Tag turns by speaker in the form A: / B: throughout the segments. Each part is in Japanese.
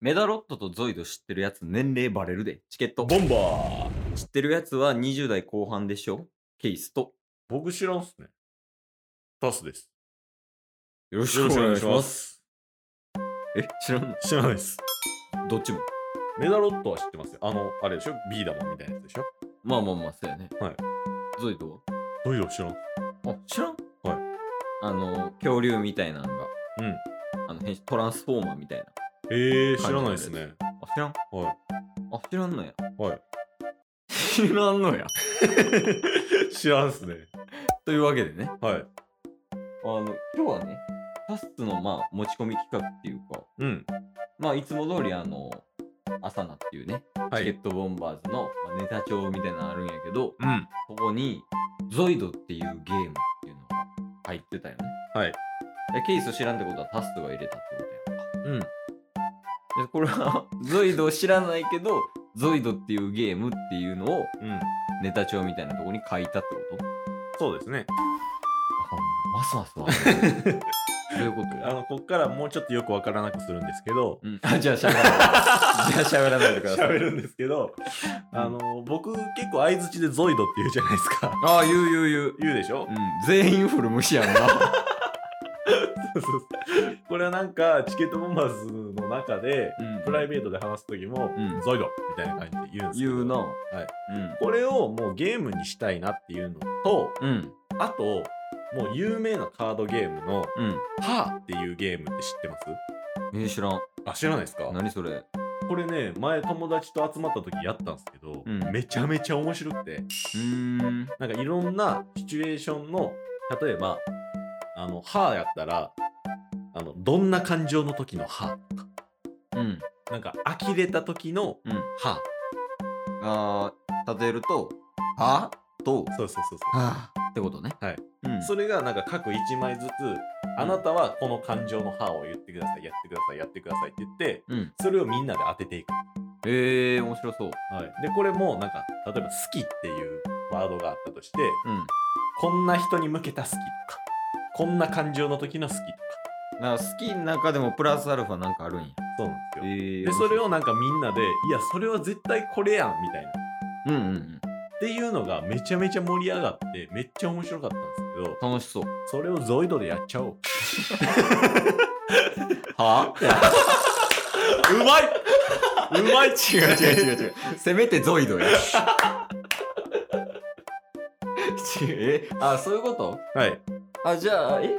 A: メダロットとゾイド知ってるやつ年齢バレるで。チケット。
B: ボンバー
A: 知ってるやつは20代後半でしょケイスと。
B: 僕知らんっすね。タスです。
A: よろ
B: よろしくお願いしま。す。
A: え、知らんの
B: 知らないです。
A: どっちも。
B: メダロットは知ってますよ。あの、あれでしょビーダマンみたいなやつでしょ
A: まあまあまあ、そうやね。
B: はい。
A: ゾイド
B: どういうの知らん
A: はあ、知らん
B: はい。
A: あの、恐竜みたいなのが。
B: うん。
A: あの、変身トランスフォーマーみたいな。
B: えー、知らないですね。
A: あ、知らん
B: は
A: あ、知らんのや。
B: い。はい。
A: 知らんのや。
B: 知らんっすね。
A: というわけでね。
B: はい。
A: あの、今日はね、タスのまあ、持ち込み企画っていうか、
B: うん。
A: まあ、いつも通りあの、朝なっていうね、
B: は
A: チケ
B: い。
A: ットボンバーズのまあネタ帳みたいなのあるんやけど、
B: うん。
A: ここに、ゾイドっていうゲームっていうのが入ってたよね。
B: はい
A: で。ケイス知らんってことはタストが入れたってことやんか。
B: うん。
A: で、これは、 ゾイドを知らないけど、ゾイドっていうゲームっていうのを
B: うん。
A: ネタ帳みたいなとこに書いたってこと
B: そうですね。
A: ますますわかんない。 どういうこと
B: あの、こっからもうちょっとよくわからなくするんですけど、
A: うん、あじゃあしゃべらないじ ゃあしゃべらないでください
B: 喋るんですけど、あの、僕結構相づちでゾイドって言うじゃないですか。
A: ああ言う言う言う、
B: 言うでしょ
A: うん、全員フル無視やんな
B: そうそうそうこれはなんかチケットボンバーズの中で
A: うん
B: プライベートで話す時も「
A: うん
B: ゾイド」みたいな感じで言うんですけど
A: 言うなはい
B: これをもうゲームにしたいなっていうのと
A: うんうん
B: あともう有名なカードゲームの
A: うん
B: 「パー」っていうゲームって知ってます
A: えー、知らん
B: あ知らないですか
A: 何それ
B: これね前友達と集まった時やったんですけど、
A: うん
B: めちゃめちゃ面白くて
A: うーん
B: なんかいろんなシチュエーションの例えばあの「はーやったらあのどんな感情の時の「はー
A: うん
B: なんか呆れた時の
A: うん
B: 歯
A: あー例えると「あ」と
B: そうそうそう
A: 「
B: そ
A: はあ」ってことね
B: はい、
A: うん、
B: うそれがなんか各1枚ずつあなたはこの感情の歯を言ってくださいやってくださいやってくださいって言って
A: うん、
B: それをみんなで当てていく、
A: えー、面白そう
B: でこれもなんか例えば「好き」っていうワードがあったとして
A: うん
B: こんな人に向けた「好き」とかこんな感情の時の「好き」とか
A: なんか好きの中でもプラスアルファなんかあるんや
B: そうなんですよ、
A: えー、
B: でそれ
A: を
B: をなんかみんなで「いやそれは絶対これやん」みたいなっ
A: うんうん
B: ていうのがめちゃめちゃ盛り上がってめっちゃ面白かったんですけど
A: うん楽しそう
B: それをゾイドでやっちゃおう
A: はあ
B: うまいうまい
A: 違う違う違う違う。せめてゾイド や。違うえあ、そういうこと
B: はい。
A: あ、じゃあ、え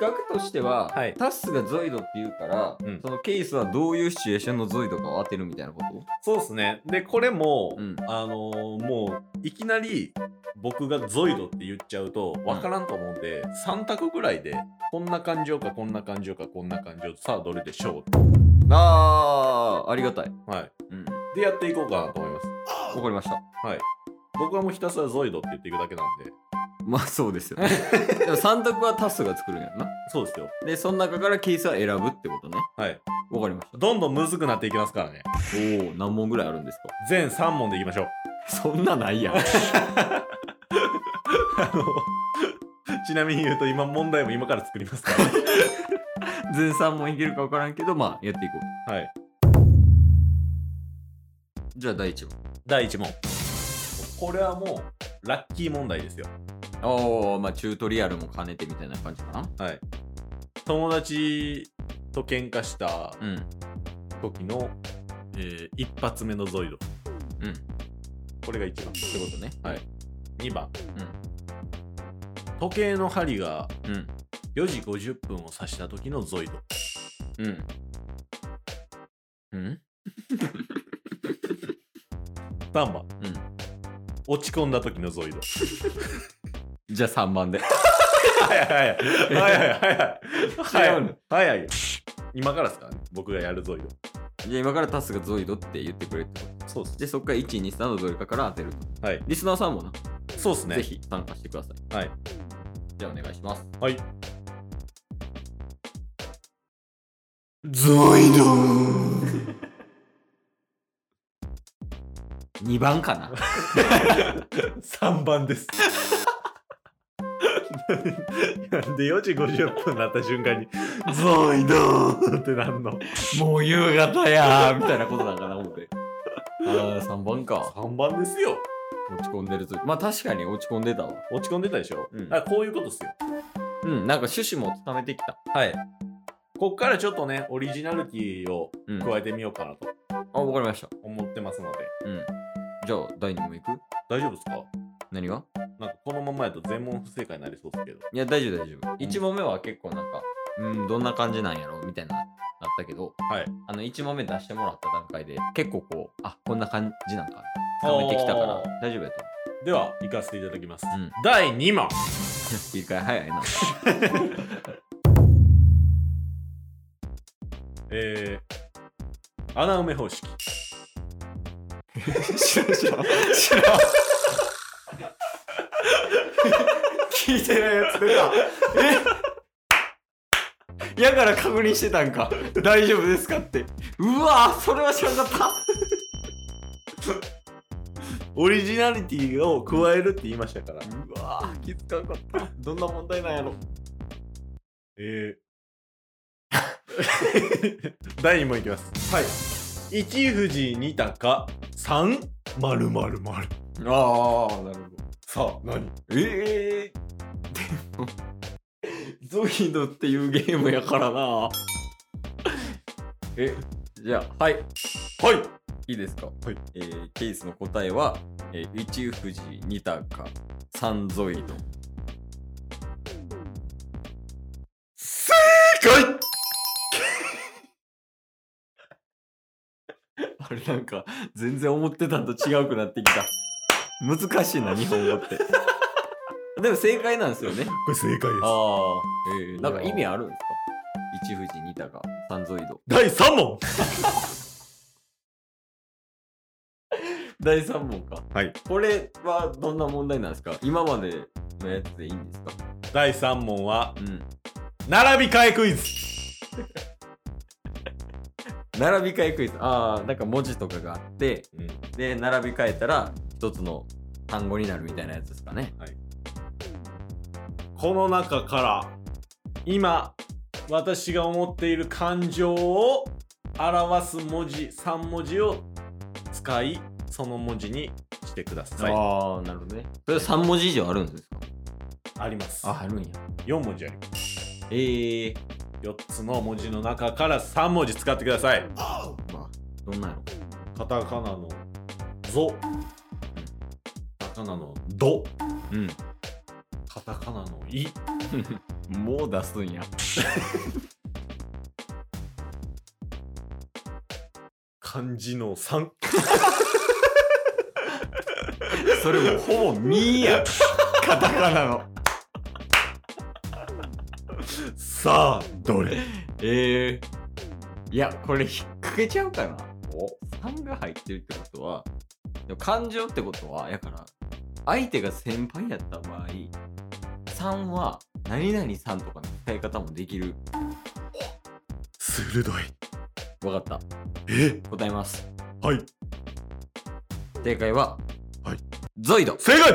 A: 企画としては、
B: はい
A: タッスがゾイドって言うから、
B: うん
A: そのケースはどういうシチュエーションのゾイドかを当てるみたいなこと
B: そうですね。で、これも、
A: うん
B: あのーもう、いきなり、僕がゾイドって言っちゃうと、わからんと思うんで、3択ぐらいで、こんな感情か、こんな感情か、こんな感情、さあ、どれでしょ
A: あー、ありがたい。
B: う。はい。
A: うん。
B: で、やっていこうかなと思います。
A: わかりました。
B: 僕はもうひたすらゾイドって言っていくだけなんで。
A: まあそうです よね。でも3択はタッスが作るんやろな。
B: そうですよ。
A: で、その中からケースは選ぶってことね。
B: はい。
A: わかりました。
B: どんどんむずくなっていきますからね。
A: おお何問ぐらいあるんですか
B: 全3問でいきましょう。
A: そ んなないやん。
B: あのちなみに言うと、今、問題も今から作りますから、
A: 全3問いけるかわからんけど、まあやっていこう。
B: はい。
A: じゃあ第一問。
B: 第1問。これはもう、ラッキー問題ですよ。
A: おお、まあチュートリアルも兼ねてみたいな感じかな。
B: はい。友達と喧嘩した
A: うん。
B: 時の、えー一発目のゾイド。
A: うん。っ
B: これが1番。
A: てことね。
B: はい。2番。時計の針が
A: うん。
B: 4時50分を指した時のゾイド。
A: うん。うん。うん。
B: 3番。
A: うん。
B: 落ち込んだ時のゾイド。
A: じゃあ3番で。
B: はいはいはい。はいはいはい。
A: 違うの
B: はいはい。今からですからね。僕がやるゾイド。
A: じゃあ今からタスがゾイドって言ってくれるってこ
B: そうっす
A: と。で、そっから1、2、3のどれかから当てると。
B: はい。
A: リスナーさんもな、
B: そうっすね。
A: ぜ。ひ参加してください。
B: はい。
A: じゃあお願いします。
B: はい。ゾイ ド
A: 2番かな
B: 三番です。で4時50分になった瞬間に「ゾイドー!」ってなんの
A: もう夕方やーみたいなことだから思って。ああ、3番か。
B: 3番ですよ
A: 落ち込んでると。まあ確かに落ち込んでたわ。
B: 落ち込んでたでしょ、
A: うん
B: あこういうことっすよ
A: うん、なんか趣旨もつかめてきた。
B: はいこっからちょっとねオリジナリティを
A: うん。
B: 加えてみようかなと
A: あ、わかりました。
B: 思ってますので、
A: うん。じゃあ、第2問いく
B: 大丈夫ですか
A: 何が
B: なんかこのままやと全問不正解になりそうですけど
A: いや、大丈夫、大丈夫。1問目は結構なんか、うん、どんな感じなんやろみたいな、なったけど、
B: はい
A: あの、1問目出してもらった段階で、結構こう、あ、こんな感じなんか、つかめてきたから
B: あー、
A: 大丈夫やと
B: では行かせていただきます、
A: うん
B: 第2問
A: 思う。切り替え早 いな。
B: えー、穴埋め方式
A: 知らん知らん知らん聞いてないやつ出たえやから確認してたんか大丈夫ですかってうわそれは知らなかっ
B: オリジナリティを加えるって言いましたから、
A: たうわ気づかなかったどんな問題なんやろ
B: えー、第2問い きますはい一富士二鷹三まるまるまる
A: ああなるほど
B: さあ何
A: ええー、でもゾイドっていうゲームやからなえじゃあはい
B: はい
A: いいですか、
B: はい
A: えーケースの答えは、えー、一富士二鷹三ゾイド
B: 正解
A: あれなんか全然思ってたんと違うくなってきた難しい な日本語ってでも正解なんですよね
B: これ正解で
A: ああ、えー、なんか意味あるんですか一富士二鷹三ゾイド
B: 第3問
A: 第3問か
B: はい
A: これはどんな問題なんですか今までのやつでいいんですか
B: 第3問は
A: うん
B: 並び替えクイズ
A: 並び替えクイズああなんか文字とかがあって
B: うん
A: で並び替えたら一つの単語になるみたいなやつですかね
B: この中から今私が思っている感情を表す文字3文字を使いその文字にしてくださいあ
A: ああなるほどねそれ3文字以上あるんですか
B: ります
A: あるんや
B: 4文字あります
A: ええ
B: 4つの文字の中から3文字使ってください
A: まあどんなんやろ
B: カタカナのゾカタカナのド
A: う
B: カタカナのイ
A: んもう出すんや
B: 漢字の3
A: それもうほぼ「み」やカタカナの
B: さあどれ
A: ええいやこれ引っ掛けちゃうかな3が入ってるってことはでも感情ってことはやから相手が先輩やった場合3は何々さんとかの使い方もできる
B: 鋭い
A: わかっ
B: え
A: た答えます
B: はい
A: 正解は
B: はい
A: ゾイド
B: 正解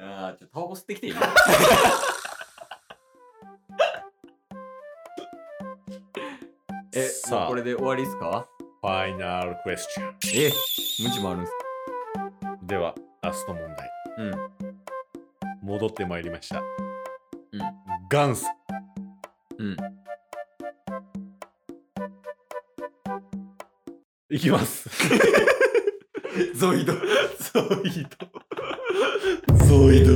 A: ああちょっとタバコ吸ってきていい え、
B: さあ
A: もうこれで終わりですか
B: ファイナルクエスチョン。
A: え、無知もあるんですか
B: では、ラスト問題。
A: うん。
B: 戻ってまいりました。
A: うん。
B: 元祖。
A: うん。
B: いきます。 ゾイド。ゾイド。ゾイド。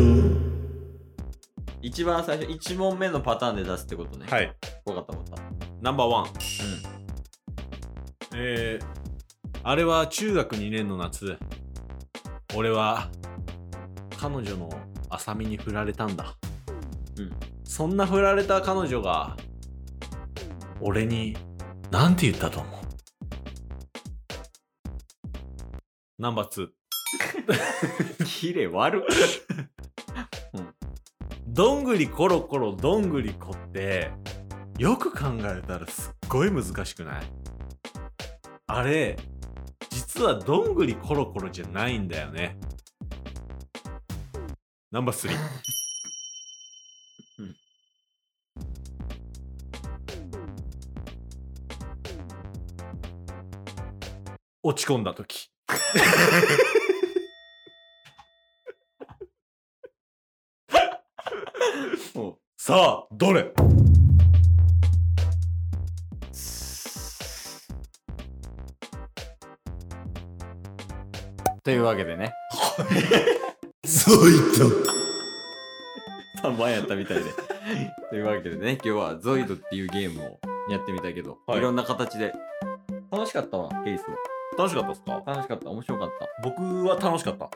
A: 一番最初、一問目のパターンで出すってことね。。
B: はいい。
A: わかったわか っ
B: ナンバーワン。
A: た。うん。
B: えー、あれは中学2年の夏。俺は、彼女の浅見に振られたんだ。
A: うん。
B: そんな振られた彼女が、俺に、なんて言ったと思うナンバー2。
A: キレ悪っ。
B: どんぐりころころどんぐりこってよく考えたらすっごい難しくないあれ実はどんぐりころころじゃないんだよねナンバー3。
A: うん
B: 落ち込んだ時
A: も
B: さあどれ
A: うというわけでね
B: そういった
A: 3番やったみたいでというわけでね今日はゾイドっていうゲームをやってみたけど、
B: はい
A: い、ろんな形で楽しかったわケース
B: 楽しかったですか
A: 楽しかった面白かった
B: 僕は楽しかった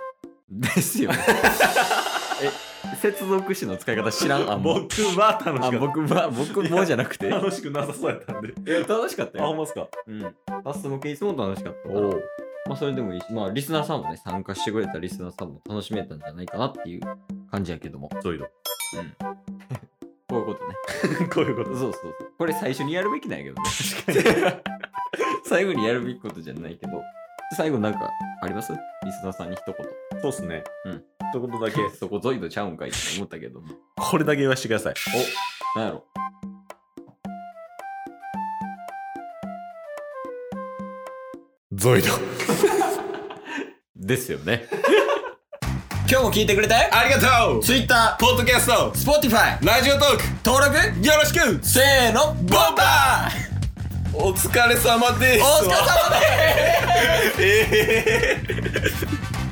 A: ですよね え接続詞の使い方知らんあんま
B: 僕は楽しか
A: あ
B: った
A: 僕は僕もじゃなくて
B: 楽しくなさそうやったんで
A: いや楽しかった
B: あほん
A: よ、
B: まっすか
A: うん、パスもケースも楽しかったから
B: う
A: まあそれでもいいしまあリスナーさんもね参加してくれたリスナーさんも楽しめたんじゃないかなっていう感じやけども
B: そういうの
A: こういうことね
B: こういう こ
A: そう
B: と
A: そうそうこれ最初にやるべきなんやけどね
B: 確かに
A: 最後にやるべきことじゃないけど最後なんかありますリスナーさんに一言
B: そうっすね
A: うん
B: 一言だけ
A: そこゾイドちゃうんかいって思ったけども
B: これだけ言わせてください
A: なんやろ
B: ゾ イド
A: ですよ ね今日も聞いてくれて
B: ありがとう
A: Twitter、
B: ポッドキャスト
A: Spotify、
B: ラジオトーク
A: 登録
B: よろしく
A: せーの
B: ボンバーお疲れ様です
A: お疲れ様です
B: ええ